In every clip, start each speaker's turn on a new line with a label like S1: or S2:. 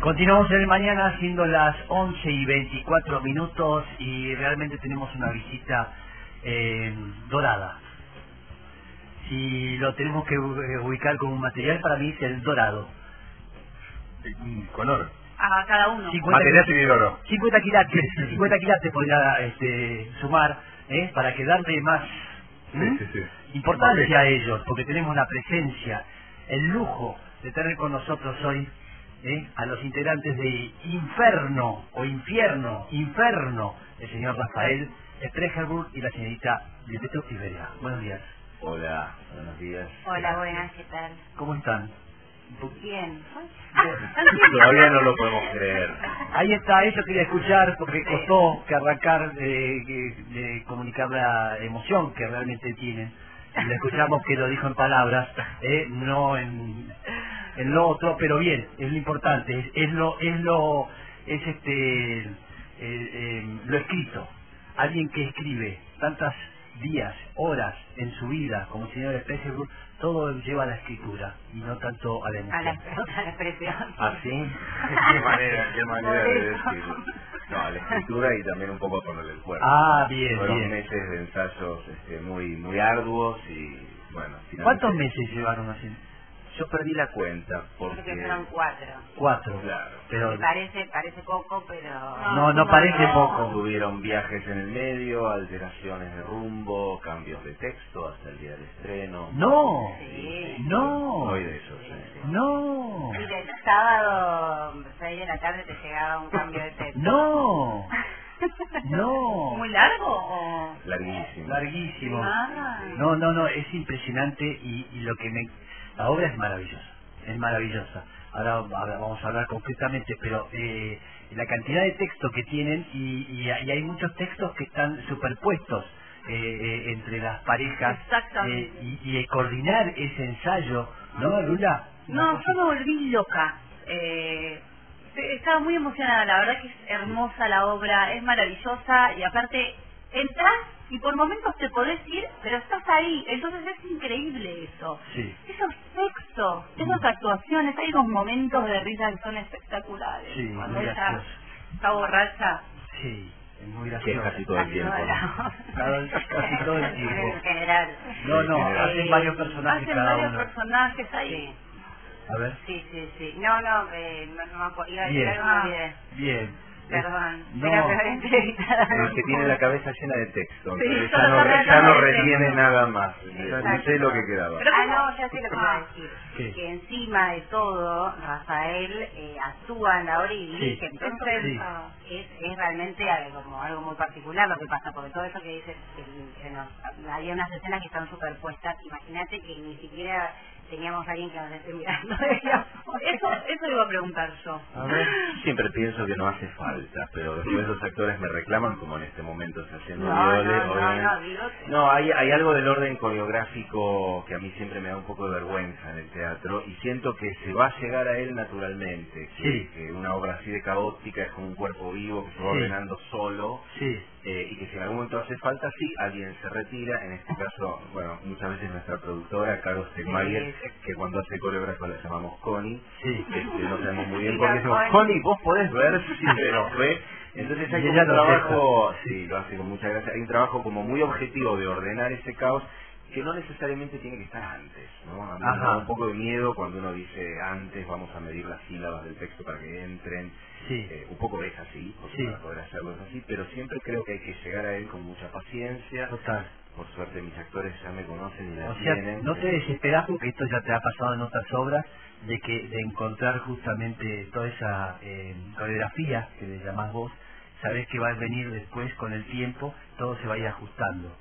S1: Continuamos en el mañana siendo las 11 y 24 minutos y realmente tenemos una visita eh, dorada. Si lo tenemos que u- ubicar como un material, para mí es el dorado.
S2: Mm, Color.
S3: A cada uno.
S1: 50
S2: Material civil oro.
S1: 50 quilates, 50 quilates podría este, sumar ¿eh? para que darle más ¿m?
S2: Sí, sí, sí.
S1: importancia
S2: Sí.
S1: a ellos, porque tenemos la presencia, el lujo de tener con nosotros hoy ¿eh? a los integrantes de Inferno o Infierno, Inferno, el señor Rafael Sprecherburg y la señorita Beto Tiberia. Buenos días,
S4: Hola, buenos días.
S3: Hola, buenas, ¿qué tal?
S1: ¿cómo están?
S3: Bien. Ah,
S4: Todavía no lo podemos creer.
S1: Ahí está, eso quería escuchar porque costó que arrancar eh, que- de comunicar la emoción que realmente tienen. Y Lo escuchamos que lo dijo en palabras, eh, no en, en lo otro, pero bien, es lo importante, es, es lo es lo es este eh, eh, lo escrito. Alguien que escribe tantas días, horas en su vida, como el señor Spessel, todo lleva a la escritura y no tanto a la
S3: A
S1: emoción.
S3: la, a la presión.
S1: Ah,
S4: ¿Así?
S3: Qué manera,
S4: ¿Ah, qué manera de decirlo. No, a la escritura y también un poco a ponerle el cuerpo.
S1: Ah, bien,
S4: Fueron
S1: bien.
S4: meses de ensayos este, muy muy arduos y bueno. finalmente-
S1: ¿Cuántos meses llevaron así?
S4: Yo perdí la cuenta porque.
S3: Creo que fueron cuatro.
S1: Cuatro.
S4: Claro.
S1: Pero
S3: Parece, parece poco, pero...
S1: no, no parece poco.
S4: Tuvieron viajes en el medio, alteraciones de rumbo, cambios de texto hasta el día del estreno.
S1: No,
S3: Sí.
S1: no,
S4: Soy de esos. eh.
S1: no,
S3: Mira, el sábado, seis de la tarde, te llegaba un cambio de texto.
S1: no, no.
S3: ¿Muy largo o...?
S4: Larguísimo.
S1: Larguísimo.
S3: Ah.
S1: No, no, no, es impresionante y, y lo que me... La obra es maravillosa, es maravillosa. Ahora, ahora vamos a hablar concretamente, pero eh, la cantidad de texto que tienen y, y- y hay muchos textos que están superpuestos eh, eh, entre las parejas
S3: Exactamente.
S1: eh, y, y coordinar ese ensayo, ¿no, Lula?
S5: No, yo me volví loca. Eh, te- estaba muy emocionada, la verdad que es hermosa la obra, es maravillosa y aparte entras y por momentos te podés ir, pero estás ahí, entonces es increíble eso.
S1: Sí.
S5: Esos textos, esas actuaciones, hay unos momentos de risa que son espectaculares.
S1: Sí,
S5: Cuando
S1: muy
S5: ella
S1: gracioso.
S5: está borracha,
S1: Sí, es muy
S4: Que es
S1: gracioso.
S4: casi todo el tiempo. ¿no?
S1: Cada- casi todo el
S3: En
S1: tiempo.
S3: general.
S1: No, no, hacen varios personajes
S5: hacen
S1: cada
S5: varios
S1: uno.
S5: personajes ahí.
S3: Sí,
S1: A ver,
S3: sí, sí. sí. No, no, eh, no, no me acuerdo. Iba a decir
S1: Bien.
S3: algo, me
S1: Ah.
S3: olvidé.
S1: bien.
S3: Perdón.
S1: No.
S3: Era peor entrevistada.
S4: Es que tiene la cabeza llena de texto.
S5: Sí,
S4: entonces ya
S5: solo
S4: no,
S5: está
S4: re- ya
S5: tratando
S4: no
S5: de
S4: retiene
S5: texto.
S4: nada más. Ya no sé lo que quedaba.
S5: Pero
S3: ah,
S5: ¿cómo?
S3: no, ya sé lo que iba a decir.
S1: ¿Qué?
S3: Que encima de todo, Rafael eh, actúa en la obra y dirige.
S1: Sí.
S3: Entonces,
S1: Sí.
S3: es, es realmente algo, como algo muy particular lo que pasa, porque todo eso que dices, que, que nos- había unas escenas que están superpuestas. Imagínate que ni siquiera teníamos a alguien que nos esté mirando.
S5: Eso, eso iba a preguntar yo.
S1: A ver.
S4: Siempre pienso que no hace falta, pero después los actores me reclaman, como en este momento se haciendo
S3: No, no,
S4: Viole,
S3: no,
S4: obviamente.
S3: no, Viole.
S4: No, hay, hay algo del orden coreográfico que a mí siempre me da un poco de vergüenza en el teatro y siento que se va a llegar a él naturalmente. que-
S1: Sí.
S4: que una obra así de caótica es como un cuerpo vivo que se va
S1: Sí.
S4: ordenando solo.
S1: Sí,
S4: eh, y que si en algún momento hace falta, sí, alguien se retira, en este caso, bueno, muchas veces nuestra productora, Carlos Stegmayer, que cuando hace coreógrafo la llamamos Connie,
S1: sí.
S4: este, no sabemos muy bien
S3: Sí,
S4: por qué
S3: la
S4: decimos,
S3: Connie.
S4: Connie, vos podés ver si se nos ve. Entonces hay
S1: Y
S4: como
S1: ella
S4: un
S1: lo
S4: trabajo, sí, lo hace con mucha gracia, hay un trabajo como muy objetivo de ordenar ese caos que no necesariamente tiene que estar antes, ¿no? A mí me
S1: Ajá.
S4: da un poco de miedo cuando uno dice antes vamos a medir las sílabas del texto para que entren,
S1: Sí.
S4: eh, un poco es así, porque
S1: Sí.
S4: para poder hacerlo es así, pero siempre creo que hay que llegar a él con mucha paciencia.
S1: Total.
S4: Por suerte mis actores ya me conocen y la
S1: O sea,
S4: tienen.
S1: no te desesperas porque esto ya te ha pasado en otras obras de que de encontrar justamente toda esa eh, coreografía que le llamás vos, sabés que va a venir después con el tiempo, todo se va a ir ajustando.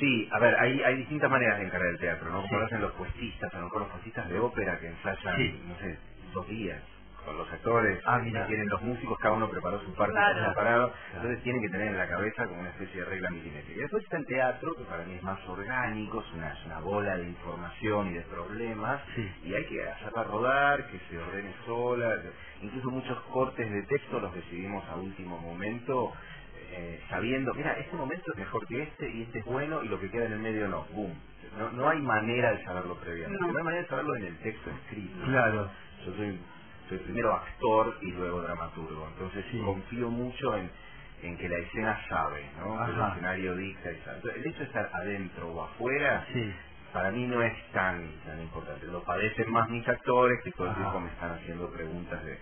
S4: Sí, a ver, hay, hay distintas maneras de encarar el teatro, ¿no? Como
S1: Sí.
S4: lo hacen los puestistas, a lo mejor los puestistas de ópera que ensayan,
S1: Sí.
S4: no sé, dos días con los actores,
S1: Ah,
S4: que
S1: mira.
S4: tienen los músicos, cada uno preparó su parte
S5: Claro.
S4: por separado, entonces tienen que tener en la cabeza como una especie de regla milimétrica. Después está el teatro, que para mí es más orgánico, es una, es una bola de información y de problemas,
S1: Sí.
S4: y hay que hacerla rodar, que se ordene sola, incluso muchos cortes de texto los decidimos a último momento, eh, sabiendo, mira, este momento es mejor que este y este es bueno y lo que queda en el medio no, boom. No, no hay manera de saberlo previamente, no,
S5: No.
S4: Mm. hay manera de saberlo en el texto escrito.
S1: Claro.
S4: Yo soy soy primero actor y luego dramaturgo. Entonces
S1: Sí.
S4: confío mucho en, en que la escena sabe, ¿no? Que
S1: Ajá.
S4: el escenario dicta y sabe. Entonces, el hecho de estar adentro o afuera,
S1: Sí.
S4: para mí no es tan, tan importante. Lo padecen más mis actores que todo el
S1: Ajá.
S4: tiempo me están haciendo preguntas de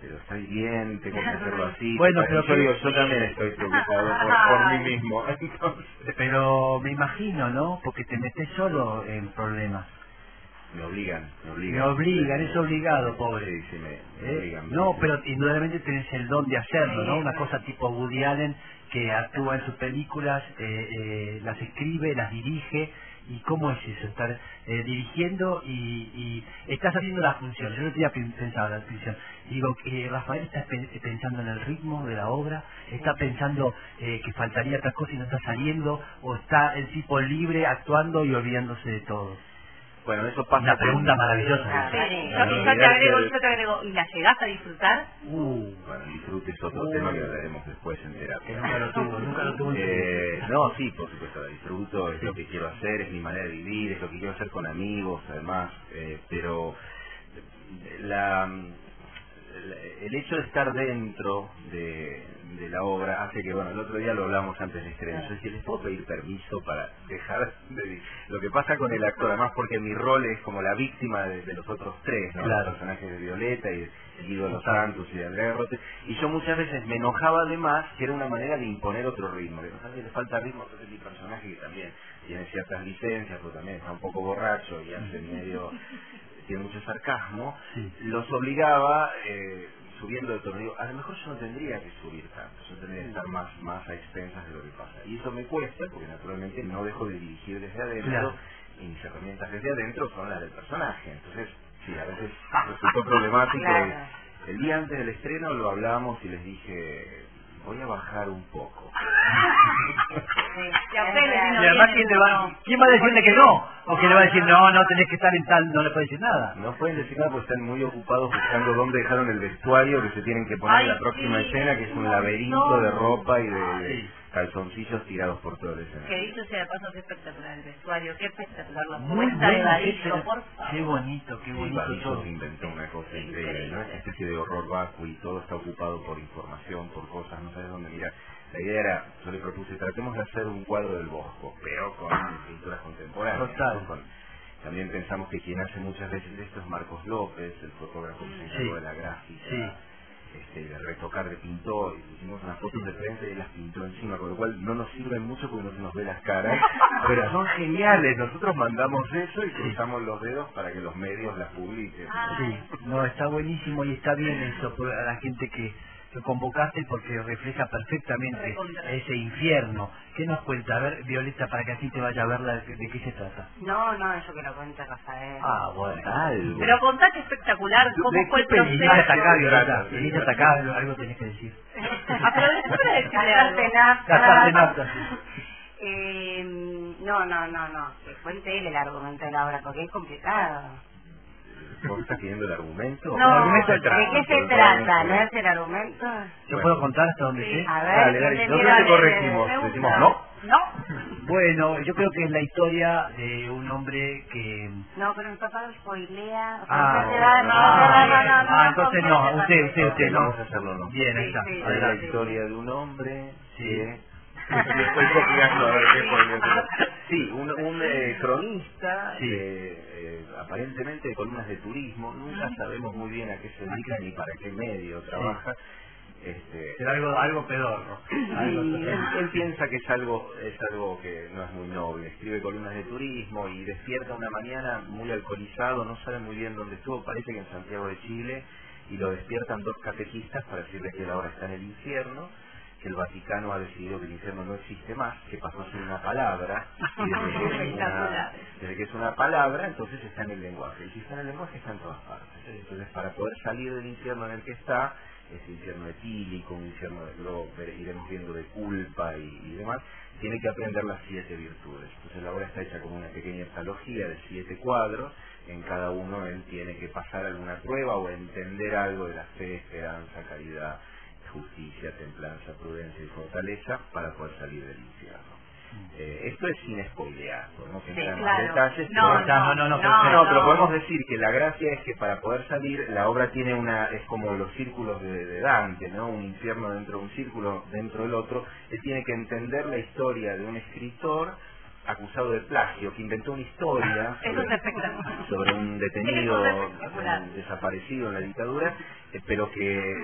S4: pero está bien, tengo que hacerlo así.
S1: Bueno,
S4: Y
S1: pero
S4: yo
S1: que-
S4: digo, yo también estoy preocupado por, por mí mismo. Entonces,
S1: Pero me imagino, ¿no? Porque te metes solo en problemas.
S4: me obligan, me obligan.
S1: Me obligan, es obligado, pobre.
S4: Sí, sí, me, me
S1: ¿Eh?
S4: obligan. me
S1: No,
S4: obligan.
S1: pero indudablemente tenés el don de hacerlo, ¿no? Una cosa tipo Woody Allen que actúa en sus películas, eh, eh, las escribe, las dirige. ¿Y cómo es eso? Estar eh, dirigiendo y, y estás haciendo la función. Yo no tenía pin- pensado la función. Digo, que Rafael está pe- pensando en el ritmo de la obra, está pensando eh, que faltaría otra cosa y no está saliendo, o está el tipo libre actuando y olvidándose de todo.
S4: Bueno, eso pasa.
S1: Una
S4: por-
S1: pregunta maravillosa.
S3: Ah,
S5: Sí,
S4: Claro,
S5: yo, yo te
S4: olvidarte
S5: agrego,
S4: del-
S5: yo te agrego, ¿y la llegás a disfrutar?
S1: Uh,
S4: Bueno, disfrute es otro
S1: Uh.
S4: tema que hablaremos después en
S1: que
S4: terapia.
S1: nunca lo tuvo, nunca lo tuvo. en su vida.
S4: Eh, no, sí, por supuesto, la disfruto, es lo que quiero hacer, es mi manera de vivir, es lo que quiero hacer con amigos, además, eh, pero la, la- el hecho de estar dentro de, de la obra hace que, bueno, el otro día lo hablamos antes del estreno, yo decía, ¿les puedo pedir permiso para dejar de... Lo que pasa con el actor, además, porque mi rol es como la víctima de, de los otros tres, ¿no?
S1: Claro.
S4: Los personajes de Violeta y de Guido de los Santos y de Andrea Rote, y yo muchas veces me enojaba de más, que era una manera de imponer otro ritmo, que ¿sabes? le falta ritmo, entonces mi personaje que también tiene ciertas licencias, pero también está un poco borracho y hace medio tiene mucho sarcasmo,
S1: Sí.
S4: los obligaba eh, subiendo de tono. Digo, a lo mejor yo no tendría que subir tanto, yo tendría que estar más, más a expensas de lo que pasa. Y eso me cuesta porque naturalmente no dejo de dirigir desde adentro
S1: Claro.
S4: y mis herramientas desde adentro son las del personaje. Entonces, sí, a veces resultó problemático.
S3: Claro.
S4: El día antes del estreno lo hablamos y les dije, voy a bajar un poco.
S5: eh, Y a ustedes
S3: claro.
S5: si no
S1: Y además,
S5: vienen,
S1: ¿quién, le va, ¿quién va a decirle que no? ¿O que le va a decir, no, no tenés que estar en tal, no le puede decir nada?
S4: No pueden decir nada porque están muy ocupados buscando dónde dejaron el vestuario que se tienen que poner en
S5: Ay,
S4: la próxima
S5: sí,
S4: escena, que es un
S5: un
S4: laberinto
S5: montón.
S4: de ropa y de,
S1: Sí.
S4: de calzoncillos tirados por todo el
S5: Que
S4: escenario.
S5: dicho sea de paso, qué espectacular el vestuario, qué espectacular la
S1: Muy
S5: puesta de
S1: buena
S5: Darío,
S1: escena.
S5: por favor.
S1: Qué bonito, qué
S4: Y
S1: bonito todo.
S4: Barbijo inventó una cosa increíble, ¿no? Una especie de horror vacuo y todo está ocupado por información, por cosas, no sabes dónde mirar. La idea era, yo le propuse, tratemos de hacer un cuadro del bosco, pero con pinturas contemporáneas.
S1: Total.
S4: ¿no? Con- también pensamos que quien hace muchas veces esto es Marcos López, el fotógrafo que se encargó
S1: Sí.
S4: de la gráfica.
S1: Sí.
S4: este, de retocar de pintor, y hicimos unas fotos de prensa y las pintó encima, con lo cual no nos sirven mucho porque no se nos ve las caras, pero son geniales, nosotros mandamos eso y cruzamos los dedos para que los medios las publiquen.
S1: Sí, no, está buenísimo y está bien eso por- a la gente que lo convocaste porque refleja perfectamente
S5: Recontra.
S1: ese infierno. ¿Qué nos cuenta? A ver, Violeta, para que así te vaya a verla, ¿de de qué se trata?
S3: No, no, eso que lo cuenta Rafael.
S1: Ah, bueno.
S4: Algo.
S5: Pero contá qué espectacular, cómo
S4: ¿De
S5: fue el
S4: qué película
S5: proceso.
S1: Viniste hasta acá, Violeta,
S4: Trata, sí.
S1: viniste hasta acá, algo tenés que decir.
S5: Aprovechá para decirle
S3: Casaste
S5: algo.
S3: nafta.
S1: Casaste nafta, sí.
S3: Eh, no, no, no, no. Que cuente él el argumento de la obra, porque es complicado.
S4: ¿Vos estás pidiendo el argumento?
S1: No,
S4: ¿De qué se
S1: ¿de
S4: trata?
S3: ¿De qué se trata? ¿No es el argumento?
S1: ¿Yo
S4: Bueno.
S1: puedo contar hasta donde sé?
S3: A ver,
S4: Dale,
S3: ¿quién
S4: dale,
S3: le
S4: nosotros
S3: mira
S4: te
S3: de-
S4: corregimos,
S3: de- de-
S4: decimos no.
S5: No,
S1: Bueno, yo creo que es la historia de un hombre que...
S3: No, pero mi papá lo spoilea. O sea,
S1: Ah,
S3: no se da- no,
S1: ah,
S3: no, no, no,
S1: ah,
S3: no,
S1: entonces no,
S3: completa,
S1: usted, usted, usted, no.
S4: Vamos a hacerlo no.
S1: Bien, ahí
S3: Sí,
S1: está.
S3: sí,
S4: Es la
S1: adelante.
S4: historia de un hombre
S1: Sí.
S4: que... Le estoy copiando a ver qué podría ser. Sí, un, un, eh, cronista,
S1: Sí.
S4: eh, eh, aparentemente de columnas de turismo, nunca sabemos muy bien a qué se dedica ni para qué medio trabaja. Este,
S1: Será algo, algo pedorro. Algo
S4: y él,
S1: totalmente.
S4: él piensa que es algo es algo que no es muy noble. Escribe columnas de turismo y despierta una mañana muy alcoholizado, no sabe muy bien dónde estuvo, parece que en Santiago de Chile, y lo despiertan dos catequistas para decirle que él ahora está en el infierno, que el Vaticano ha decidido que el infierno no existe más, que pasó a ser una palabra, y desde que es una,
S5: Espectacular.
S4: desde que es una palabra, entonces está en el lenguaje. Y si está en el lenguaje, está en todas partes. Entonces, para poder salir del infierno en el que está, ese infierno etílico, un infierno de luego vere- iremos viendo de culpa y, y demás, tiene que aprender las siete virtudes. Entonces, la obra está hecha como una pequeña estalogía de siete cuadros. En cada uno él tiene que pasar alguna prueba o entender algo de la fe, esperanza, caridad, justicia, templanza, prudencia y fortaleza para poder salir del infierno. Eh, esto es sin spoilear, podemos
S5: Sí,
S4: entrar en
S5: claro.
S4: más detalles.
S5: No,
S4: pero-
S1: no, no, no,
S4: no,
S1: no.
S4: pero podemos decir que la gracia es que para poder salir, la obra tiene una, es como los círculos de, de Dante, ¿no? Un infierno dentro de un círculo, dentro del otro. Él tiene que entender la historia de un escritor acusado de plagio, que inventó una historia
S5: Eso es
S4: sobre,
S5: espectacular.
S4: sobre un detenido
S5: Eso es espectacular.
S4: un desaparecido en la dictadura, eh, pero que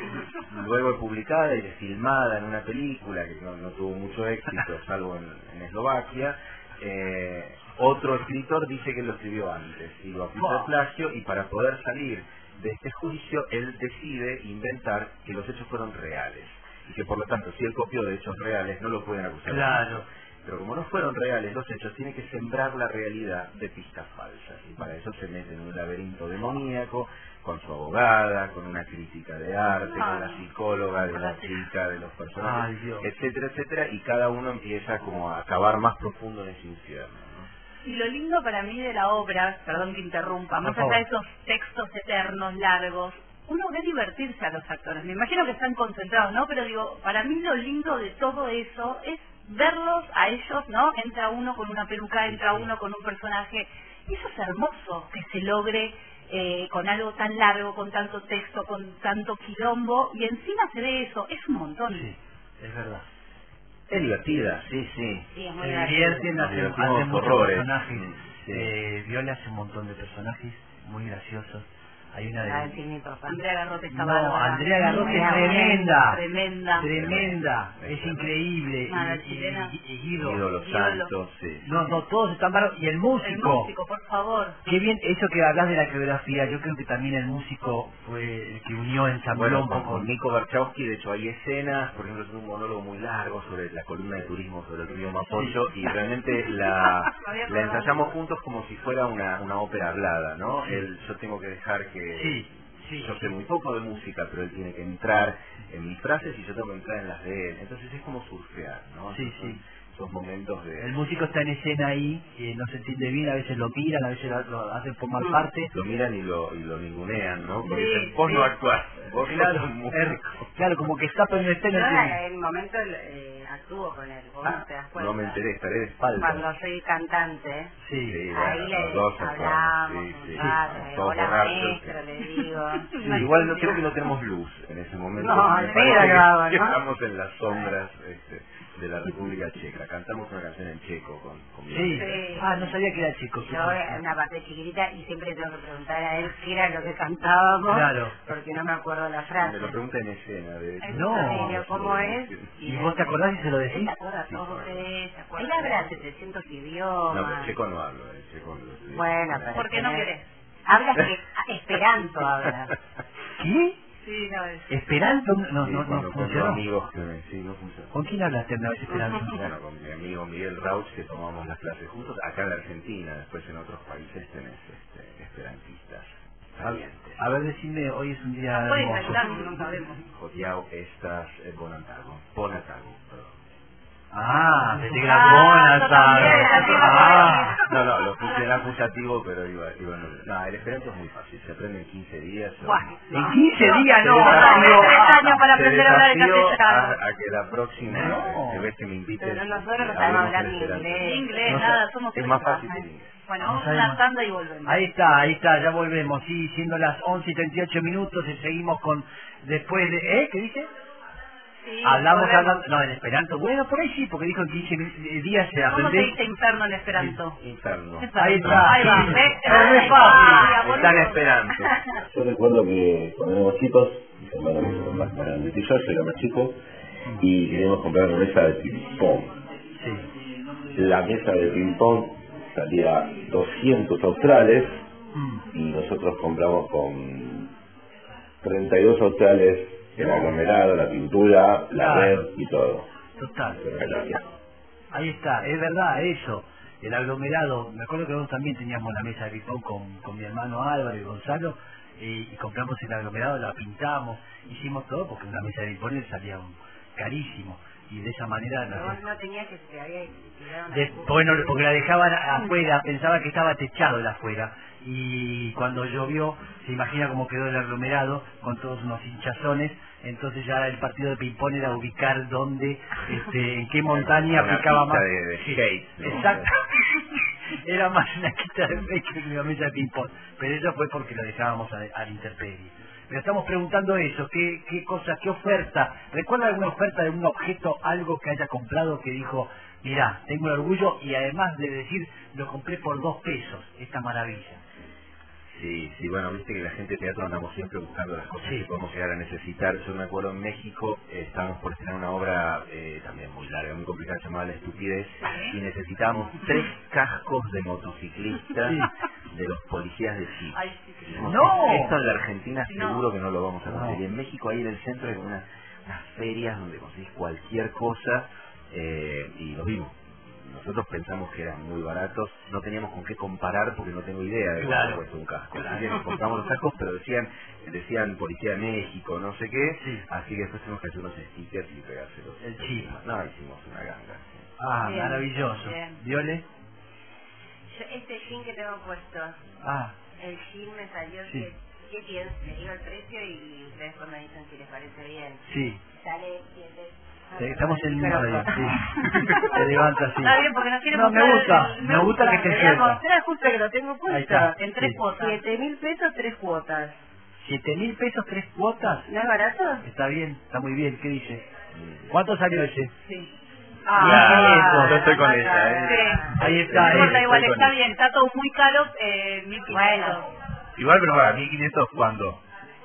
S4: luego es publicada y es filmada en una película que no, no tuvo mucho éxito, salvo en, en Eslovaquia. Eh, otro escritor dice que lo escribió antes y lo acusó de plagio y para poder salir de este juicio él decide inventar que los hechos fueron reales y que por lo tanto si él copió de hechos reales no lo pueden acusar de
S1: Claro.
S4: pero como no fueron reales los hechos, tiene que sembrar la realidad de pistas falsas. Y para eso se mete en un laberinto demoníaco, con su abogada, con una crítica de arte, con la psicóloga de la chica, de los personajes,
S1: Ay, Dios.
S4: etcétera, etcétera, y cada uno empieza como a acabar más profundo en ese infierno. ¿no?
S5: Y lo lindo para mí de la obra, perdón que interrumpa, más
S1: Por favor.
S5: allá de esos textos eternos, largos, uno ve divertirse a los actores. Me imagino que están concentrados, ¿no? Pero digo, para mí lo lindo de todo eso es verlos a ellos, ¿no? Entra uno con una peluca, entra uno con un personaje. Y eso es hermoso, que se logre eh, con algo tan largo, con tanto texto, con tanto quilombo. Y encima se ve eso, es un montón.
S1: Sí, es verdad.
S4: Es divertida, sí, sí.
S3: Sí, es
S1: Se
S3: muy divertido.
S1: divierten,
S4: Nos
S1: hacen,
S4: divertimos
S1: hacen muchos
S4: horrores.
S1: personajes.
S4: Mm, sí.
S1: Eh, Viola hace un montón de personajes muy graciosos. Hay una
S3: Ah,
S1: de...
S3: el Signito, pa.
S5: Andrea Garrote está
S1: No,
S5: bárbara.
S1: Andrea Garrote es
S5: Buena, buena,
S1: tremenda.
S5: Tremenda.
S1: Tremenda, es increíble.
S5: Ah, la
S1: y, y-
S5: chilena.
S1: y- y Guido.
S4: Ídolo, los
S5: ídolo.
S4: santos, sí.
S1: No, no, todos están bárbaros. Y el músico.
S5: El músico, por favor.
S1: Qué bien, eso que hablas de la coreografía, yo creo que también el músico fue el que unió en San
S4: Bueno,
S1: Colombo
S4: con, con Nico Barchowski, de hecho, hay escenas, por ejemplo, es un monólogo muy largo sobre la columna de turismo sobre el río Mapocho, y realmente la,
S5: Lo había
S4: la
S5: probado.
S4: ensayamos juntos como si fuera una, una ópera hablada, ¿no? Él, yo tengo que dejar que...
S1: Sí, sí.
S4: Yo sé muy poco de música, pero él tiene que entrar en mis frases y yo tengo que entrar en las de él. Entonces es como surfear, ¿no?
S1: Sí,
S4: Esos son
S1: sí.
S4: Esos momentos
S1: El
S4: de...
S1: músico está en escena ahí, eh, no se entiende bien, a veces lo miran, a veces lo, lo hacen formar
S4: Mm.
S1: parte.
S4: Lo miran y lo, y lo ningunean, ¿no? Porque
S5: Sí,
S4: dicen, vos no
S5: sí.
S4: actuás, vos
S1: Claro,
S4: sos un
S1: er-
S4: músico".
S1: claro, como que está en
S3: Yo en
S1: escena.
S3: el momento eh, actúo con él, vos
S1: Ah,
S3: no te das cuenta.
S4: No me enteré, estaré de espaldas.
S3: Cuando soy cantante,
S1: Sí,
S4: Sí,
S3: ahí
S4: bueno,
S3: le
S4: los dos actuamos,
S3: hablamos,
S4: sí, sí,
S3: un
S4: estamos
S3: rato, le digo,
S4: todos
S3: hola
S4: borrachos,
S3: maestro,
S4: sí.
S3: le digo.
S4: Sí, igual no creo que no tenemos luz en ese momento.
S3: Pues No,
S4: Me
S3: ni
S4: parece
S3: idea
S4: que-
S3: lo hago,
S4: que
S3: ¿no? Ah.
S4: estamos en las sombras este, de la República Checa. Cantamos una canción en checo con, con
S1: sí.
S4: Beyoncé.
S1: Ah, no sabía que era chico. sí,
S3: Yo
S1: sí.
S3: era una parte chiquitita y siempre tengo que preguntar a él qué era lo que cantábamos,
S1: Claro.
S3: porque no me acuerdo la
S4: Me
S3: frase.
S4: lo pregunta en escena. De,
S3: Entonces
S1: No.
S3: le digo, ¿Cómo es?
S1: ¿Y vos te acordás y se lo decís?
S3: Él se acuerda todo,
S4: Sí.
S3: él se acuerda. Él habla 700
S4: No, pero
S3: idiomas.
S4: checo no hablo. eh, checo no-
S3: Bueno, pero...
S5: ¿Por qué no
S3: tenés-
S5: querés?
S3: Habla que- esperanto, habla.
S1: ¿Qué?
S5: Sí, no es.
S1: ¿Esperanto? No,
S4: Sí,
S1: no, no
S4: cuando tengo
S1: funcionó.
S4: amigos que me- sí, no funcionó.
S1: ¿Con quién hablaste una vez esperando?
S4: Bueno, con mi amigo Miguel Rauch, que tomamos las clases juntos, acá en la Argentina, después en otros países tenés este, esperantistas. salientes.
S1: A ver, decime, hoy es un día
S5: Pueden
S1: hermoso.
S5: cantar, no sabemos.
S4: Jodiao estas eh, Bonatago. Bonatago, perdón.
S1: Ah, pensé que era
S5: Ah,
S1: buena
S5: yo también,
S1: tarde.
S5: así lo
S1: Ah,
S4: No, no, lo puse en acusativo, pero iba, iba en- No, el esperanto es muy fácil, se aprende en 15 días. yo-
S5: Buah.
S1: en 15 días no.
S4: Te desafío-
S5: tres años para
S4: te
S5: aprender a hablar en
S4: desafío
S5: castellano.
S4: A, a que la próxima
S1: No.
S4: eh, vez que me invites...
S3: Pero nosotros no
S4: eh,
S3: sabemos
S4: hablemos
S3: hablar
S4: en
S3: ni
S4: esperanto.
S3: inglés.
S5: Inglés,
S4: No sé,
S5: nada, somos
S4: Es
S5: tres
S4: más
S5: nomás,
S4: fácil
S5: ¿eh?
S4: el inglés.
S5: Bueno,
S1: No
S5: vamos a
S1: sabemos.
S5: una tanda y volvemos.
S1: Ahí está, ahí está, ya volvemos. Sí, siendo las 11 y 38 minutos y seguimos con... Después de... ¿Eh? ¿Qué dije?
S5: Sí,
S1: hablamos,
S5: volvemos.
S1: hablamos... No, en esperanto. Bueno, por ahí sí, porque dijo en 15 mi- eh, días se
S5: ¿Cómo se
S1: aprende...
S5: dice inferno en esperanto?
S4: Interno.
S1: Ahí está.
S5: Ahí va.
S1: Sí,
S5: ¿ves?
S1: pero no es
S5: Ahí
S1: fácil.
S5: va,
S4: Están
S5: boludo.
S4: esperando.
S6: Yo recuerdo que cuando éramos chicos, mis hermanos son más grandes que yo, yo era más chico, y queríamos comprar una mesa de ping-pong. La mesa de ping-pong salía 200 australes
S1: Mm.
S6: y nosotros compramos con 32 australes el aglomerado, la pintura, la
S1: Claro.
S6: red y todo.
S1: Total.
S6: Pero gracias.
S1: Ahí está, es verdad, eso. El aglomerado, me acuerdo que nosotros también teníamos la mesa de ping-pong con, con mi hermano Álvaro y Gonzalo, eh, y compramos el aglomerado, la pintamos, hicimos todo porque una mesa de ping-pong salía un- carísimo. Y de esa manera...
S3: Pero
S1: nos-
S3: vos no tenías que se te había tirado una
S1: de- bueno, porque la dejaban afuera, pensaba que estaba techado el afuera, y cuando llovió, se imagina cómo quedó el aglomerado con todos unos hinchazones, entonces ya el partido de ping-pong era ubicar dónde, este, en qué montaña
S4: Una
S1: picaba
S4: pista
S1: más.
S4: de- de
S1: Sí,
S4: skate, ¿no?
S1: Exacto. era más una quita de pez que una mesa de ping-pong, pero eso fue porque lo dejábamos al, al interperio. Pero estamos preguntando eso, ¿qué, qué cosa, qué oferta? ¿Recuerda alguna oferta de un objeto, algo que haya comprado que dijo, mirá, tengo el orgullo y además de decir, lo compré por dos pesos, esta maravilla?
S4: Sí, sí, bueno, viste que la gente de teatro andamos siempre buscando las cosas
S1: Sí.
S4: que podemos llegar a necesitar. Yo me acuerdo en México, eh, estábamos por estrenar una obra eh, también muy larga, muy complicada, llamada La Estupidez, y necesitábamos tres cascos de motociclistas de los policías de Chile.
S5: Ay, sí, sí.
S4: Dijimos,
S1: ¡No!
S4: Esto en la Argentina
S5: No.
S4: seguro que no lo vamos a
S1: No.
S4: conseguir. En México ahí en el centro hay como unas, unas ferias donde conseguís cualquier cosa eh, y lo vimos. Nosotros pensamos que eran muy baratos, no teníamos con qué comparar porque no tengo idea de cuánto
S1: Claro.
S4: cuesta un casco.
S1: Claro.
S4: Así que nos compramos los cascos, pero decían decían Policía de México, no sé qué,
S1: Sí.
S4: así que después tenemos que hacer unos stickers y pegárselos.
S1: El chip.
S4: No, hicimos una ganga.
S1: Ah,
S5: Bien,
S1: maravilloso.
S3: bien.
S1: ¿Viole?
S3: Yo, este jean que tengo puesto,
S1: Ah,
S3: el jean me salió,
S1: Sí.
S3: que, ¿qué pienso? Le digo el precio y ustedes pues me dicen si les parece bien.
S1: sí.
S3: Sale, siete-
S1: Eh, Estamos en un
S3: Pero-
S1: radio, sí. Se levanta así.
S5: Está bien, porque nos quiere
S1: No, me
S5: mostrar-
S1: gusta, me gusta que te
S5: le
S1: sienta.
S5: voy a mostrar justo que lo tengo
S1: Ahí
S5: puesto,
S1: está,
S5: en tres
S1: sí.
S5: cuotas.
S3: Siete mil pesos, tres cuotas.
S1: ¿Siete mil pesos, tres cuotas?
S3: ¿No es barato?
S1: Está bien, está muy bien. ¿Qué dice? ¿Cuánto salió ese?
S5: Sí.
S1: Ah,
S3: Ah,
S2: eso, yo estoy con ella, ¿eh?
S5: Sí.
S1: Ahí está,
S5: No
S1: eh.
S5: importa, igual
S2: estoy con
S5: está
S2: él.
S5: bien, está todo muy caro, eh, mil
S3: Bueno.
S5: quinientos.
S2: Igual, pero para 1500, ¿cuándo?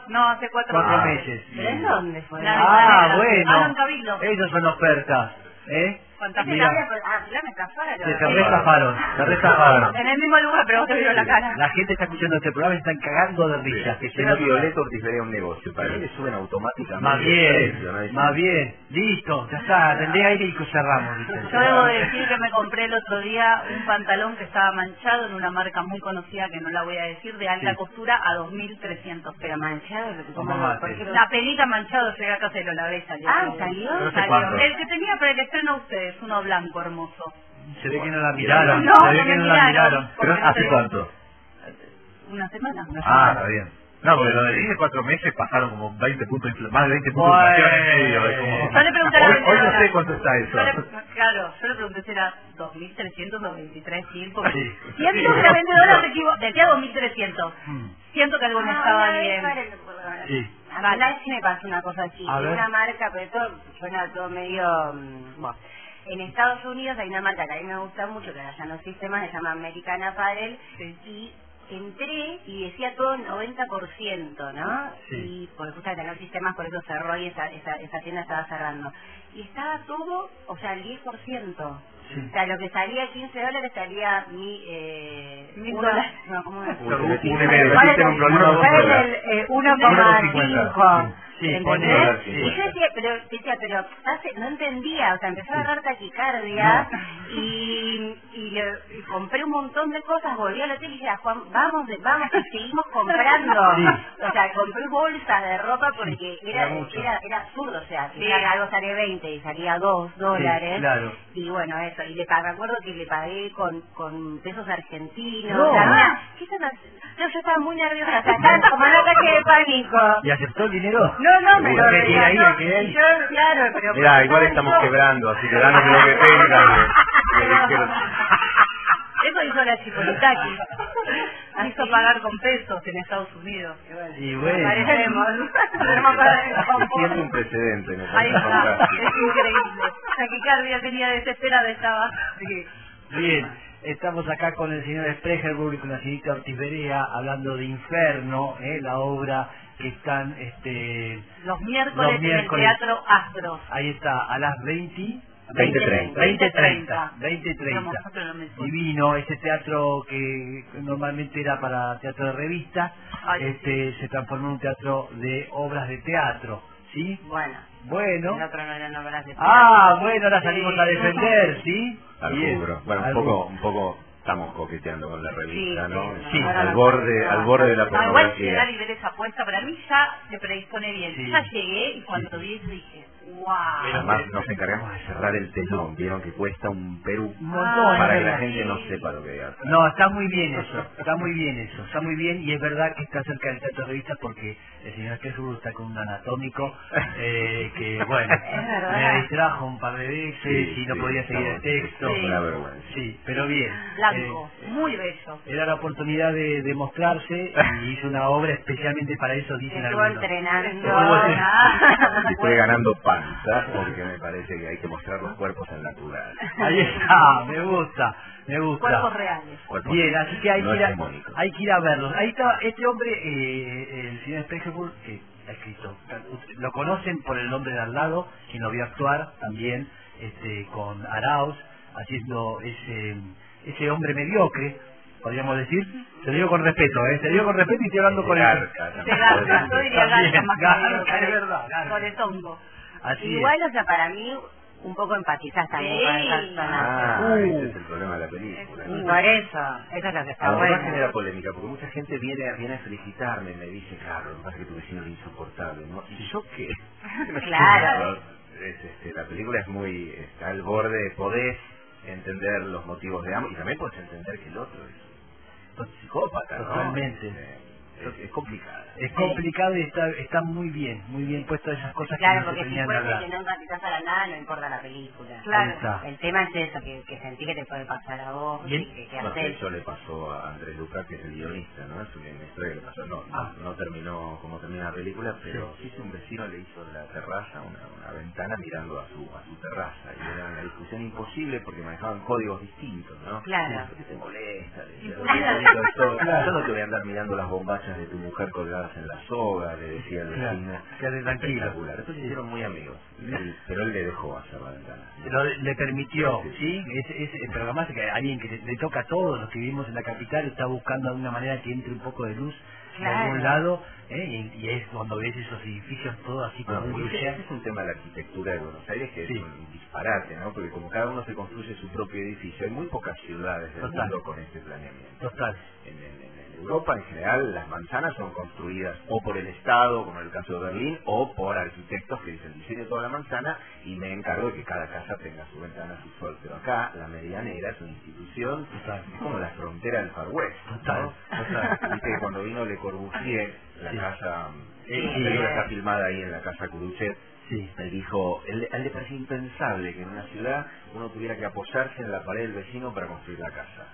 S5: No, hace cuatro,
S1: Cuatro meses.
S3: ¿Pero en dónde fue?
S5: Claro.
S1: Ah,
S5: Ah, en
S1: bueno.
S5: Cabildo.
S1: Esas son ofertas. ¿Eh?
S5: Fantástico.
S1: Mira,
S3: Ah, ya me taparon.
S1: se te restafaron, se restafaron.
S5: En el mismo lugar, pero vos te vieron la cara.
S1: La gente está escuchando este programa y están cagando de risa.
S4: Que señor Violeta Ortiz le haría un negocio, para mí le suben automáticamente.
S1: Más
S4: el precio, ¿no?
S1: bien,
S4: Dicen,
S1: más bien. Listo, ya está. Tendré aire y cerramos. dice.
S5: Yo debo decir que me compré el otro día un pantalón que estaba manchado en una marca muy conocida que no la voy a decir, de alta
S1: Sí.
S5: costura a 2.300
S3: Pero
S5: pesos.
S3: manchado,
S1: Como
S3: ¿cómo
S1: mate.
S3: lo por qué lo-
S5: La pelita manchado llegué a casa y lo lavé y salió.
S3: Ah, salió.
S2: No sé
S3: salió.
S2: cuándo.
S5: El que tenía para el estreno ustedes, uno blanco hermoso.
S1: Se ve que no la miraron.
S5: No,
S1: se ve
S5: no
S1: que
S5: me
S1: no la
S5: miraron.
S1: miraron.
S2: ¿Pero
S5: Porque no
S2: hace
S5: te-
S2: cuánto?
S5: ¿Una semana?
S2: Ah, está bien. No, porque lo de 10 de 4 meses pasaron como 20 puntos, de infla- más de 20 puntos
S1: Bueno.
S2: de inflación en medio. es como-
S5: Yo le pregunté a la
S2: hoy, hoy no
S5: vendedora.
S2: sé cuánto está eso.
S5: Yo le- claro, yo le pregunté si era 2.300 o 23.000, porque
S1: Sí.
S5: siento que la vendedora se equivocó, decía 2.300,
S1: Mm,
S5: siento que algo no
S3: Ah,
S5: estaba
S3: una vez,
S5: bien.
S3: paren, por favor.
S1: Sí.
S3: A mí una vez sí me pasó una cosa así.
S1: A ver.
S3: Una marca, pero todo suena todo medio... mm, bueno. En Estados Unidos hay una marca que a mí me gusta mucho, que allá no existe más, se llama American Apparel.
S5: Sí.
S3: Y entré y decía todo 90%, ¿no?
S1: Sí.
S3: Y porque justamente no existe más, por eso cerró y esa, esa, esa tienda estaba cerrando. Y estaba todo, o sea, el 10%.
S1: Sí.
S3: O sea, lo que salía 15 dólares salía mi... Eh,
S5: Mil
S3: uno-
S5: dólares.
S3: No, ¿cómo es?
S2: Uy, te metiste-
S4: Uno-
S2: te metiste en un problema vos
S3: ¿Cuál
S2: sola.
S3: era el, eh,
S2: cincuenta.
S3: 1,5?
S1: Sí,
S3: ¿entendés?
S1: ponele, sí.
S3: Y yo decía, pero, decía, pero hace- no entendía, o sea, empezó a agarrar taquicardia y, y, le- y compré un montón de cosas, volví al hotel y dije, a Juan, vamos, de- vamos, y seguimos comprando.
S1: Sí.
S3: O sea, compré bolsas de ropa porque era,
S1: era mucho.
S3: era, era absurdo, o sea,
S5: Sí.
S3: si algo sale 20 y salía 2
S5: ¿eh?
S3: dólares.
S1: claro.
S3: Y bueno, eso, y le pa- me acuerdo que le pagué con, con pesos argentinos.
S1: No.
S3: O sea, mira, ¿qué están haciendo? No, yo estaba muy nerviosa, o sea, estaba como en una calle de pánico.
S1: ¿Y aceptó el dinero?
S3: No, no, me
S1: Seguro.
S3: lo
S1: Que tiene ahí,
S3: regaló.
S1: que él.
S3: Y yo, claro, pero...
S4: Mirá, igual estamos quebrando, así que danos lo que tengas. le- le dijeron.
S5: Eso hizo la Chipolitaki. Hizo pagar con pesos en Estados Unidos.
S1: Y bueno.
S5: Parecemos.
S4: Siendo un precedente, me
S5: Ahí
S4: parece
S5: está,
S4: fantástico.
S5: es increíble. Taquicardia tenía desesperada, estaba. Sí.
S1: Bien, estamos acá con el señor Sprecherburg y con la señorita Ortiz Berea hablando de Inferno, ¿eh? la obra que están, este,
S5: Los miércoles,
S1: Los miércoles.
S5: en el Teatro Astros.
S1: ahí está, a las 20.
S4: 20:30.
S1: 20.30.
S5: 20:30.
S1: 20.30. Divino, ese teatro que normalmente era para teatro de revista,
S5: Ay,
S1: este, se transformó en un teatro de obras de teatro, ¿sí?
S3: Bueno,
S1: Bueno.
S3: el otro no le nombras de
S1: Ah, bueno, ahora salimos a defender, ¿sí?
S4: Al
S1: Bien.
S4: rubro. Bueno, un
S1: Al
S4: poco,
S1: rubro.
S4: un poco estamos coqueteando con la revista,
S3: Sí,
S4: ¿no?
S3: sí,
S1: sí.
S4: Al borde, al borde de la
S5: No, Ah, igual llegar
S4: pornografía.
S5: y ver esa apuesta para mí ya se predispone bien.
S1: Sí.
S5: Ya llegué y cuando vi eso dije, ¡Wow!
S4: Además nos encargamos de cerrar el telón, vieron que cuesta un Perú
S1: Un montón,
S4: para
S1: es
S4: que la
S1: verdad.
S4: gente no sepa lo que hace.
S1: No, está muy bien eso, está muy bien eso, está muy bien y es verdad que está cerca del Teatro Revista porque el señor Jesús está con un anatómico eh, que, bueno,
S3: Es verdad.
S1: me distrajo un par de veces
S4: Sí,
S1: y no
S4: sí,
S1: podía seguir el
S4: estamos-
S1: texto.
S4: es una vergüenza.
S1: Sí, pero bien.
S5: Blanco, muy bello.
S1: Eh, era la oportunidad de, de mostrarse y hizo una obra especialmente para eso, dicen
S3: Estuvo
S1: algunos.
S3: entrenando.
S1: Estuvo-
S5: Ah,
S4: Estoy ganando panza porque me parece que hay que mostrar los cuerpos al natural.
S1: Ahí está, me gusta, me gusta.
S5: Cuerpos reales.
S4: Cuerpos
S1: Bien, así que hay,
S4: no
S1: que, ir a,
S4: hegemónicos.
S1: hay que ir a verlos. Ahí está este hombre, eh, el señor Spregelburg, que ha escrito. Lo conocen por el nombre de al lado, quien lo vio actuar también este, con Arauz, haciendo ese, ese hombre mediocre, podríamos decir. Se lo digo con respeto, ¿eh? Se lo digo con respeto y estoy hablando con el...
S4: Garca,
S5: Se
S4: también puede
S5: garza,
S4: ser.
S5: yo diría garza
S1: También,
S5: más que
S1: garza,
S5: negro,
S1: es verdad, garza.
S5: Por el tongo.
S1: Así es.
S3: Igual, o sea, para mí, un poco empatizas también con el
S5: Sí.
S3: personaje.
S4: Ah,
S1: Uh.
S4: ese es el problema de la película. ¿no?
S3: Y por eso, eso es lo que está
S4: Ah, Además
S3: bueno.
S4: genera polémica, porque mucha gente viene, viene a felicitarme, me dice, claro, lo que pasa es que tu vecino es insoportable, ¿no? ¿Y yo qué?
S3: Claro.
S4: Es, este, la película es muy, está al borde, podés entender los motivos de ambos, y también podés entender que el otro es un psicópata, ¿no?
S1: Totalmente.
S4: Eh, Es, es complicada.
S1: Es complicado y está, está muy bien, muy bien puesto esas cosas
S3: Claro,
S1: que no se
S3: porque si
S1: tenían que
S3: fuese
S1: hablar.
S3: que no empatizas para nada, no importa la película.
S1: Claro. Ahí está.
S3: El tema es eso, que, que sentí que te puede pasar a vos,
S1: Bien.
S3: y que, que
S4: Bueno,
S3: haces.
S4: eso le pasó a Andrés Lucas, que es el guionista, ¿no? Es una historia que le pasó. No, no, no terminó como termina la película, pero sí que un vecino le hizo en la terraza una, una ventana mirando a su, a su terraza. Y era una discusión imposible porque manejaban códigos distintos, ¿no?
S3: Claro.
S4: ¿Por qué te molesta? Le decía, "Lo que yo digo es todo". Yo no te voy a andar mirando las bombachas de tu mujer colgadas en la soga, le decía el
S1: Claro,
S4: vecino.
S1: quédate tranquilo.
S4: Espectacular. Después se hicieron muy amigos, Él- pero él le dejó hacer la ventana.
S1: Lo- le permitió, ¿sí? Es, es- pero además que alguien que le, le toca a todos los que vivimos en la capital está buscando de alguna manera que entre un poco de luz
S3: Claro.
S1: de algún lado, ¿eh? y, y es cuando ves esos edificios todos así
S4: Bueno,
S1: como
S4: Ah, porque
S1: luces.
S4: ese es un tema de la arquitectura de Buenos Aires que
S1: Sí.
S4: es un disparate, ¿no? Porque como cada uno se construye su propio edificio, hay muy pocas ciudades del
S1: Total.
S4: mundo con este planeamiento.
S1: Total.
S4: En, en- en Europa, en general, las manzanas son construidas o por el Estado, como en el caso de Berlín, o por arquitectos que dicen diseño toda la manzana y me encargo de que cada casa tenga su ventana, su sol. Pero acá, la medianera es una institución,
S1: Total.
S4: es como la frontera del Far West, ¿no?
S1: Total, total.
S4: Viste que cuando vino Le Corbusier, la
S1: Sí.
S4: casa, eh,
S1: Sí.
S4: la película está filmada ahí en la casa Curuchet,
S1: Sí.
S4: me dijo, él, a él le parecía impensable que en una ciudad uno tuviera que apoyarse en la pared del vecino para construir la casa.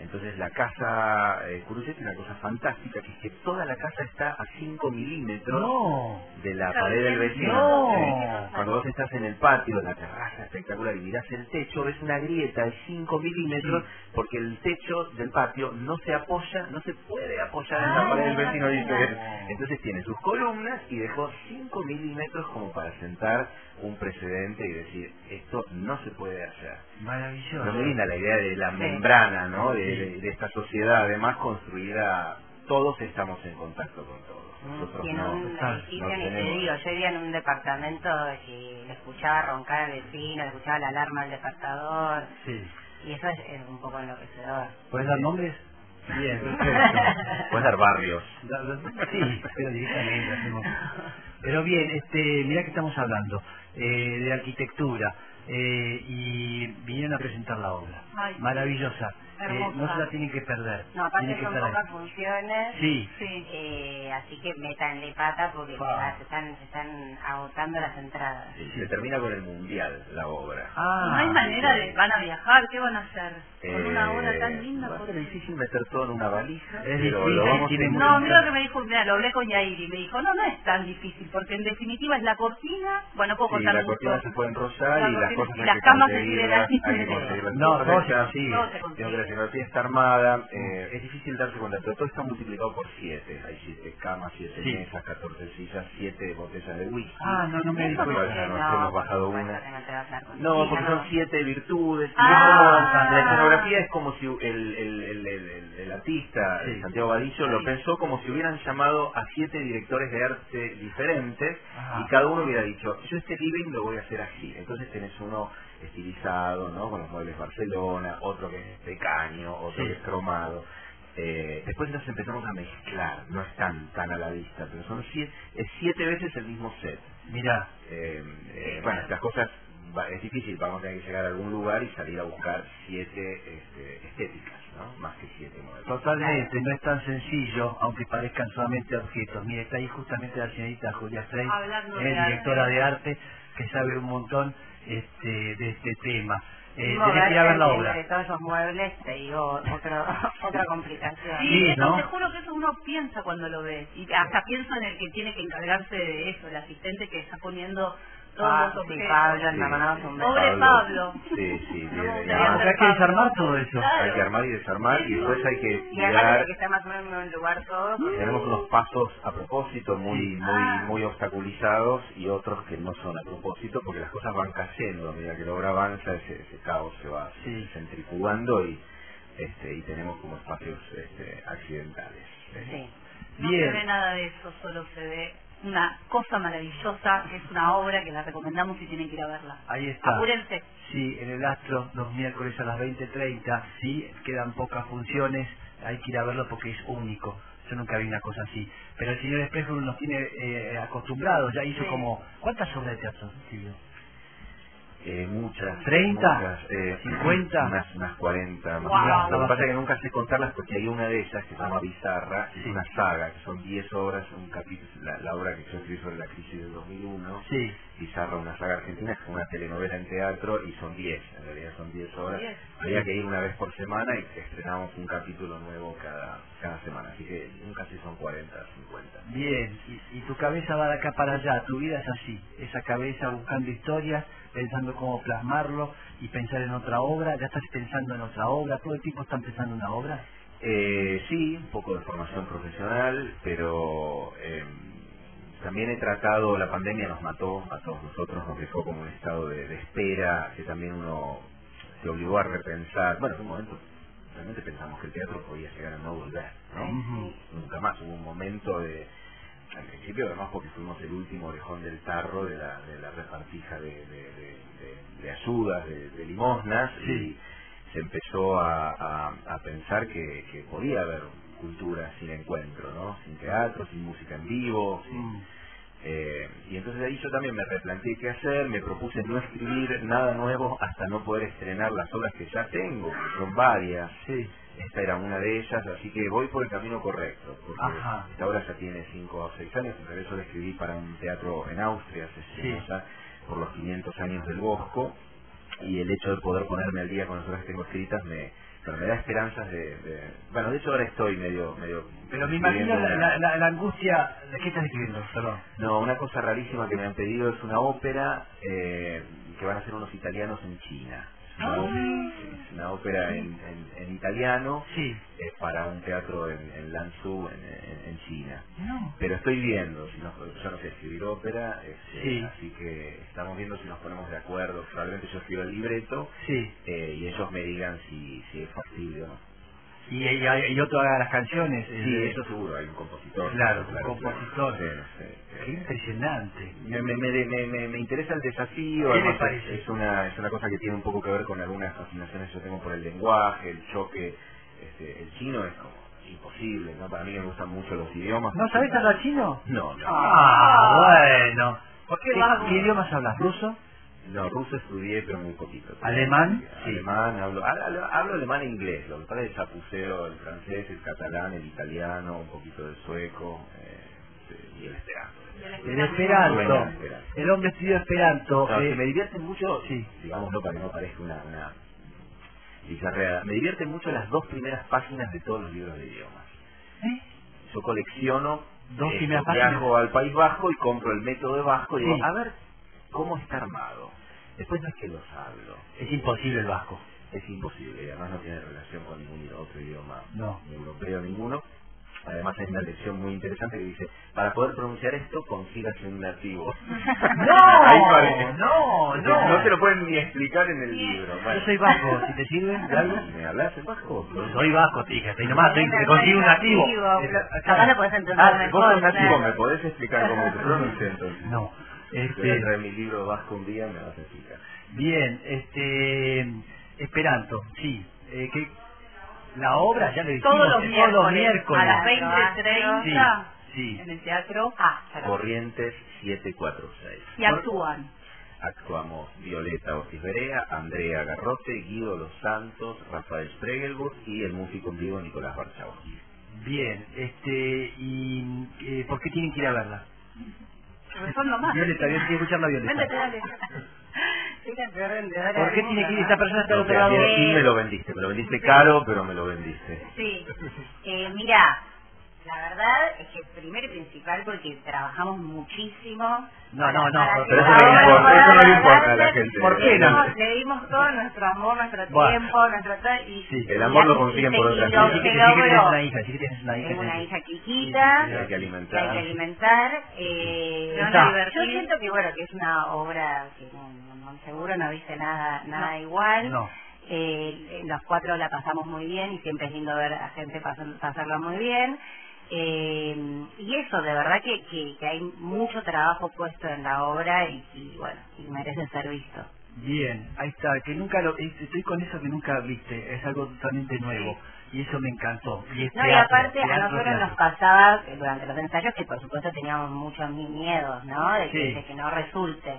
S4: Entonces la casa eh, Curuchet es una cosa fantástica, que es que toda la casa está a 5 milímetros
S1: No.
S4: de la pared del vecino.
S1: No.
S4: Sí. Cuando vos estás en el patio, en la terraza espectacular, y mirás el techo, ves una grieta de 5 milímetros porque el techo del patio no se apoya, no se puede apoyar en
S3: Ah,
S4: la pared del vecino. dice. Entonces tiene sus columnas y dejó 5 milímetros como para sentar un precedente y decir, esto no se puede hacer.
S1: Maravilloso.
S4: No me linda la idea de la membrana, ¿no? De, de- de esta sociedad, además construida, todos estamos en contacto con todos. Nosotros
S3: Y en
S4: no,
S3: un
S1: total,
S3: Ah, edificio,
S4: no
S3: ni te
S4: tenemos-
S3: digo, yo vivía en un departamento que le escuchaba roncar al vecino, le escuchaba la alarma al despertador,
S1: Sí.
S3: y eso es, es un poco enloquecedor.
S1: ¿Puedes dar nombres? Bien,
S4: Puedes dar barrios.
S1: Da- da- Sí, pero directamente hacemos. Pero bien, este, mirá que estamos hablando eh, de arquitectura eh, y vinieron a presentar la obra.
S5: Ay, sí.
S1: Maravillosa. Eh, no
S5: Hermosa.
S1: se la tienen que perder.
S3: No,
S1: Tienen
S3: aparte
S1: que
S3: son
S1: estar ahí.
S3: pocas funciones.
S1: Sí,
S5: Sí.
S3: Eh, así que métanle pata porque
S1: Pa.
S3: ya se están, se están agotando las entradas.
S4: Sí, Se termina con el mundial, la obra.
S1: Ah,
S5: no hay manera de... Van a viajar, ¿qué van a hacer? Con una
S4: Eh,
S5: obra tan linda.
S4: Va a
S5: por-
S4: ser difícil meter todo en una valija.
S1: Es
S4: pero
S1: difícil,
S4: lo vamos
S1: tiene
S4: a
S1: muy-
S5: No, mira lo que me dijo, mira, lo hablé con Yair y me dijo, no, no es tan difícil, porque en definitiva es la cortina, bueno, no puedo
S4: Sí,
S5: contar
S4: la
S5: mucho.
S4: cortina se puede enrollar
S5: La
S4: y las
S5: cortina-
S4: cosas
S5: y
S4: hay
S5: las
S4: que
S5: camas se
S4: conseguirlas,
S5: tiran ahí.
S4: hay que conseguirlas
S1: No, no
S4: perfectas.
S1: se consigue.
S5: No
S4: Tengo
S5: se
S4: que la
S5: consigue.
S4: escenografía está armada, eh, es difícil darse cuenta, pero todo está multiplicado por 7. Hay 7 camas, 7
S1: Sí.
S4: mesas, 14 sillas, 7 botellas de whisky.
S1: Ah, no, no me di
S4: Nunca
S1: cuenta.
S4: pasa, no, hemos
S3: por
S4: bajado
S3: supuesto
S4: una.
S3: que no te va a dar con-
S4: No,
S3: Sí,
S4: porque
S3: no.
S4: son siete virtudes. y
S5: Ah.
S4: es como- la escenografía es como si el, el, el, el- el- el artista,
S1: Sí.
S4: el Santiago Vadillo, lo pensó como si hubieran llamado a siete directores de arte diferentes
S1: Ajá.
S4: y cada uno hubiera dicho, yo este living lo voy a hacer así. Entonces tenés uno estilizado, ¿no? Con los muebles Barcelona, otro que es de caño, otro
S1: Sí.
S4: que es cromado. Eh, después las empezamos a mezclar, no están tan a la vista, pero son siete, es siete veces el mismo set.
S1: Mirá,
S4: Eh, eh, bueno, estas cosas va- es difícil, vamos a tener que llegar a algún lugar y salir a buscar siete este, estéticas, ¿no? Más que siete modelos.
S1: totalmente, no es tan sencillo, aunque parezcan solamente objetos. Mire, está ahí justamente la señorita Julia Frey,
S5: Hablando de
S1: eh,
S5: arte.
S1: directora de arte, que sabe un montón este, de este tema. Eh,
S3: Mismo
S1: tenés que ir a ver la
S3: verse
S1: obra.
S3: entre todos esos muebles, te digo, otro, otra complicación.
S5: Sí,
S1: Sí,
S5: eso
S1: ¿no?
S5: te juro que eso uno piensa cuando lo ve. Y hasta pienso en el que tiene que encargarse de eso, el asistente que está poniendo todos
S3: Ah,
S5: los
S3: sí,
S5: objetos.
S3: Pablo, le mandamos un beso.
S5: Pobre Pablo.
S4: Sí, sí,
S5: No,
S4: bien,
S5: no,
S4: bien.
S1: Ah, porque hay que desarmar todo eso.
S5: Claro.
S4: Hay que armar y desarmar y después hay que
S3: Y aparte
S4: mirar
S3: de que está más o menos en un lugar todo,
S4: tenemos unos pasos a propósito muy
S1: Ah.
S4: muy muy obstaculizados y otros que no son a propósito porque las cosas van cayendo a medida que la obra avanza ese, ese caos se va
S1: Sí.
S4: centrifugando y este y tenemos como espacios este, accidentales
S3: sí.
S5: No
S1: Bien.
S5: se ve nada de eso, solo se ve una cosa maravillosa, que es una obra que la recomendamos y tienen que ir a verla.
S1: Ahí está.
S5: Apúrense.
S1: Sí, en el Astro, los miércoles a las 20.30. Sí, quedan pocas funciones, hay que ir a verlo porque es único. Yo nunca vi una cosa así. Pero el señor Espejo nos tiene eh, acostumbrados, ya hizo
S5: Sí.
S1: como... ¿Cuántas obras de teatro escribió?
S4: Eh, muchas
S1: ¿Treinta?
S4: muchas, eh,
S1: ¿Cincuenta?
S4: unas unas 40 más
S5: Wow.
S4: o menos. lo que pasa es que nunca sé contarlas porque hay una de ellas que se llama Bizarra y es
S1: Sí.
S4: una saga que son 10 obras un capítulo la, la obra que yo escribí sobre la crisis del 2001
S1: Sí.
S4: Pizarra, una saga argentina, es una telenovela en teatro y son 10, en realidad son 10 horas.
S5: Diez.
S4: Había que ir una vez por semana y estrenamos un capítulo nuevo cada, cada semana, así que nunca sé si son 40, 50.
S1: Bien, y, y tu cabeza va de acá para allá, tu vida es así, esa cabeza buscando historias, pensando cómo plasmarlo y pensar en otra obra, ya estás pensando en otra obra, todo el tiempo están pensando en una obra.
S4: Eh, sí, un poco de formación profesional, pero eh, también he tratado, la pandemia nos mató a todos nosotros, nos dejó como un estado de, de espera, que también uno se obligó a repensar. Bueno, en un momento realmente pensamos que el teatro podía llegar a no volver, ¿no?
S1: Ujú.
S4: Nunca más hubo un momento de... Al principio además porque fuimos el último orejón del tarro de la, de la repartija de, de- de- de- de ayudas, de, de limosnas,
S1: Sí.
S4: y se empezó a, a- a pensar que, que podía haber cultura sin encuentro, ¿no? Sin teatro, sin música en vivo, sin-
S1: Mm.
S4: eh, y entonces ahí yo también me replanteé qué hacer, me propuse no escribir nada nuevo hasta no poder estrenar las obras que ya tengo, que son varias.
S1: Sí,
S4: Esta era una de ellas, así que voy por el camino correcto, porque
S1: Ajá.
S4: esta obra ya tiene 5 o 6 años, en realidad yo la escribí para un teatro en Austria, se
S1: Sí.
S4: estrenó ya por los 500 años del Bosco, y el hecho de poder ponerme al día con las obras que tengo escritas me, bueno, me da esperanzas de, de- Bueno, de hecho ahora estoy medio... medio
S1: pero me imagino
S4: escribiendo
S1: la, la-
S4: una-
S1: la- la angustia, ¿qué estás escribiendo? Perdón.
S4: no, una cosa rarísima que me han pedido es una ópera eh, que van a hacer unos italianos en China. Es
S1: Ah.
S4: una, es una ópera en, en- en italiano
S1: Sí.
S4: eh, para un teatro en, en Lanzhou, en, en- en China.
S1: No.
S4: Pero estoy viendo, si nos, yo no sé escribir ópera, este,
S1: Sí.
S4: así que estamos viendo si nos ponemos de acuerdo. Probablemente yo escribo el libreto
S1: Sí.
S4: eh, y ellos me digan si, si es factible o no.
S1: Y, y- y otro haga las canciones. eh,
S4: Sí,
S1: de-
S4: eso seguro, hay un compositor.
S1: Claro, compositor.
S4: Sí, no sé, eh,
S1: Qué impresionante.
S4: Me, me, me, me- me- me interesa el desafío,
S1: ¿Qué
S4: además
S1: le parece?
S4: es una, es una cosa que tiene un poco que ver con algunas fascinaciones que yo tengo por el lenguaje, el choque, este, el chino es como imposible, ¿no? Para mí que me gustan mucho los idiomas.
S1: ¿No sabes hablar chino?
S4: No, no,
S1: Ah, bueno.
S5: ¿Por
S1: ¿Qué, qué idiomas hablas? ¿Ruso?
S4: no, ruso estudié pero muy poquito.
S1: ¿Alemán?
S4: Sí, Alemán, hablo, hablo, hablo alemán e inglés, lo que pasa es que chapuceo el francés, el catalán, el italiano, un poquito de sueco eh, y el esperanto.
S1: El esperanto.
S4: Bueno, esperanto.
S1: El hombre estudió esperanto.
S4: No,
S1: eh,
S4: que me divierte mucho,
S1: Sí.
S4: digámoslo para que no parezca una, una bizarreada, me divierte mucho las dos primeras páginas de todos los libros de idiomas.
S1: ¿Eh?
S4: Yo colecciono,
S1: Dos
S4: esto,
S1: primeras páginas.
S4: viajo al País Bajo y compro el método vasco y
S1: Sí.
S4: digo, a ver cómo está armado. Después no es que los hablo,
S1: Es imposible el vasco.
S4: es imposible, y además no tiene relación con ningún otro idioma
S1: No.
S4: europeo, ninguno. Además hay una lección muy interesante que dice, para poder pronunciar esto, consígase un nativo. Ahí parece.
S1: no,
S4: No, no te lo pueden ni explicar en el libro. Bueno.
S1: Yo soy vasco, si te sirve, de algo.
S4: ¿Me hablas en vasco?
S1: Soy vasco, fíjate, y nomás te, te consigo un nativo.
S3: Acá lo podés entender
S4: Ah, vos
S3: mejor.
S4: sos nativo,
S3: claro.
S4: ¿me podés explicar cómo te pronuncias entonces?
S1: No.
S4: Te voy a
S1: Este,
S4: traer mi libro vasco un día y me vas a explicar.
S1: bien, este, esperanto, sí. Eh, ¿qué, La obra ya le dijimos,
S5: Todos los
S1: todos los
S5: miércoles. A las
S1: miércoles.
S5: 20.30
S1: Sí,
S5: en
S1: sí.
S5: el teatro
S3: Ah,
S5: Áspero.
S4: Corrientes 746.
S5: Y actúan.
S4: Actuamos Violeta Ortiz Berea, Andrea Garrote, Guido Los Santos, Rafael Spregelburg y el músico en vivo Nicolás Barchabón.
S1: Bien, este, ¿y eh, por qué tienen que ir a verla?
S5: Porque Son lo más.
S1: Violeta, bien, tiene que escuchar la
S5: Véndete,
S1: Violeta.
S5: dale.
S1: ¿Por qué tiene que ir esta persona hasta el
S4: No,
S1: otro
S4: pero
S1: lado?
S4: así de- sí me lo vendiste, me lo vendiste caro, pero me lo vendiste.
S3: Sí. Eh, mira, la verdad es que primero y principal porque trabajamos muchísimo.
S1: No, no, no,
S3: Para
S1: pero
S3: que
S1: eso no le
S3: ahora
S1: importa,
S3: pueda
S4: eso no le importa a la
S3: agradarse,
S4: gente.
S1: ¿Por qué
S3: le
S1: no?
S3: dimos- Le dimos todo nuestro amor, nuestro
S1: Bueno.
S3: tiempo, nuestro tal, y
S1: Sí.
S4: El amor lo
S3: y
S4: consiguen
S3: se-
S4: por
S3: y
S4: otras
S3: lo-
S4: vías.
S1: Sí, que
S3: se
S1: sí que tienes
S3: logró.
S1: una hija, sí que tienes una hija.
S3: Tengo una
S1: sí.
S3: hija chiquita,
S1: Sí,
S4: Hay que
S3: que hay que
S4: alimentar.
S3: alimentar. Eh,
S5: Se van
S1: Está.
S5: a
S3: yo
S5: divertir.
S3: siento que bueno que es una obra que no, no- no- seguro no viste nada nada igual.
S1: No.
S3: Eh, los cuatro la pasamos muy bien y siempre es lindo ver a gente pasan- pasarla muy bien. Eh, y eso, de verdad que, que, que hay mucho trabajo puesto en la obra y, y, bueno, y merece ser visto.
S1: Bien, ahí está, que nunca lo, es- estoy con eso que nunca viste, es algo totalmente nuevo, y eso me encantó. Y, es
S3: No, y
S1: teatro,
S3: aparte a
S1: teatro,
S3: nosotros
S1: teatro.
S3: nos pasaba eh, durante los ensayos que por supuesto teníamos muchos mi- miedos, ¿no? De que,
S1: Sí.
S3: de que no resulte.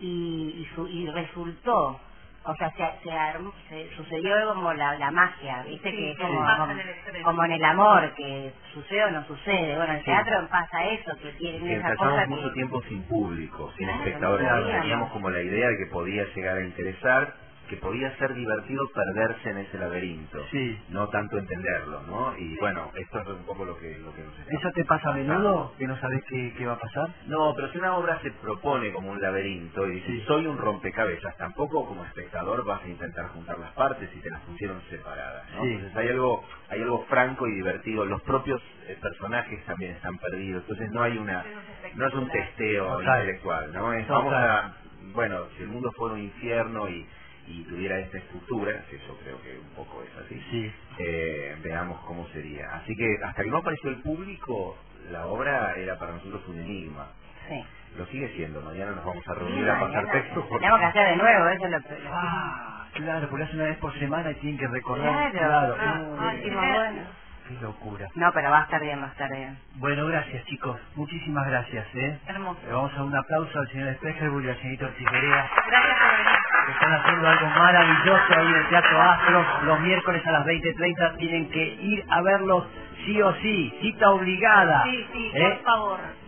S3: Y, y, su- y resultó. O sea, se, se, armó- se- sucedió como la, la magia, ¿viste?
S5: Sí,
S3: que es
S5: sí.
S3: como,
S5: Pasa
S3: como,
S5: en el extremo.
S3: como en el amor, que sucede o no sucede. Bueno, en
S1: Sí.
S3: el teatro pasa eso, que tienen
S4: Que
S3: esa cosa
S4: ensayamos
S3: que...
S4: mucho tiempo sin público, sin
S3: Claro,
S4: espectadores.
S1: no
S3: sabíamos.
S4: Teníamos como la idea de que podía llegar a interesar, que podía ser divertido perderse en ese laberinto.
S1: Sí.
S4: No tanto entenderlo, ¿no? Y bueno, esto es un poco lo que, lo que nos está
S1: ¿Eso te pasa a menudo? ¿Que no sabes qué, qué va a pasar?
S4: No, pero si una obra se propone como un laberinto y dice,
S1: Sí.
S4: soy un rompecabezas, tampoco como espectador vas a intentar juntar las partes y te las pusieron separadas, ¿no?
S1: Sí.
S4: Entonces hay algo, hay algo franco y divertido, los propios eh, personajes también están perdidos, entonces no hay una, no es un testeo
S1: Total.
S4: intelectual, ¿no? Es,
S1: Total.
S4: vamos a, bueno, si el mundo fuera un infierno y, y tuviera esta estructura, que yo creo que un poco es así,
S1: Sí.
S4: eh, veamos cómo sería. Así que hasta que no apareció el público, la obra era para nosotros un enigma.
S3: Sí.
S4: Lo sigue siendo, mañana nos vamos a
S3: Sí,
S4: reunir a pasar
S3: mañana.
S4: textos porque
S3: Tenemos que hacer de nuevo, eso es lo que...
S1: Ah, claro, porque hace una vez por semana y tienen que recordar.
S3: Claro.
S1: claro.
S5: Ah,
S1: qué-
S5: sí.
S1: qué locura.
S3: No, pero va a estar bien, va a estar bien.
S1: Bueno, gracias chicos, muchísimas gracias. ¿eh?
S5: Hermoso.
S1: Le vamos a dar un aplauso al señor Sprecherburg y al señorito Ortiz Perea,
S5: Gracias por venir.
S1: que están haciendo algo maravilloso ahí en el Teatro Astro. Los miércoles a las 20.30 tienen que ir a verlos sí o sí, cita obligada.
S5: Sí, sí,
S1: ¿eh?
S5: por favor.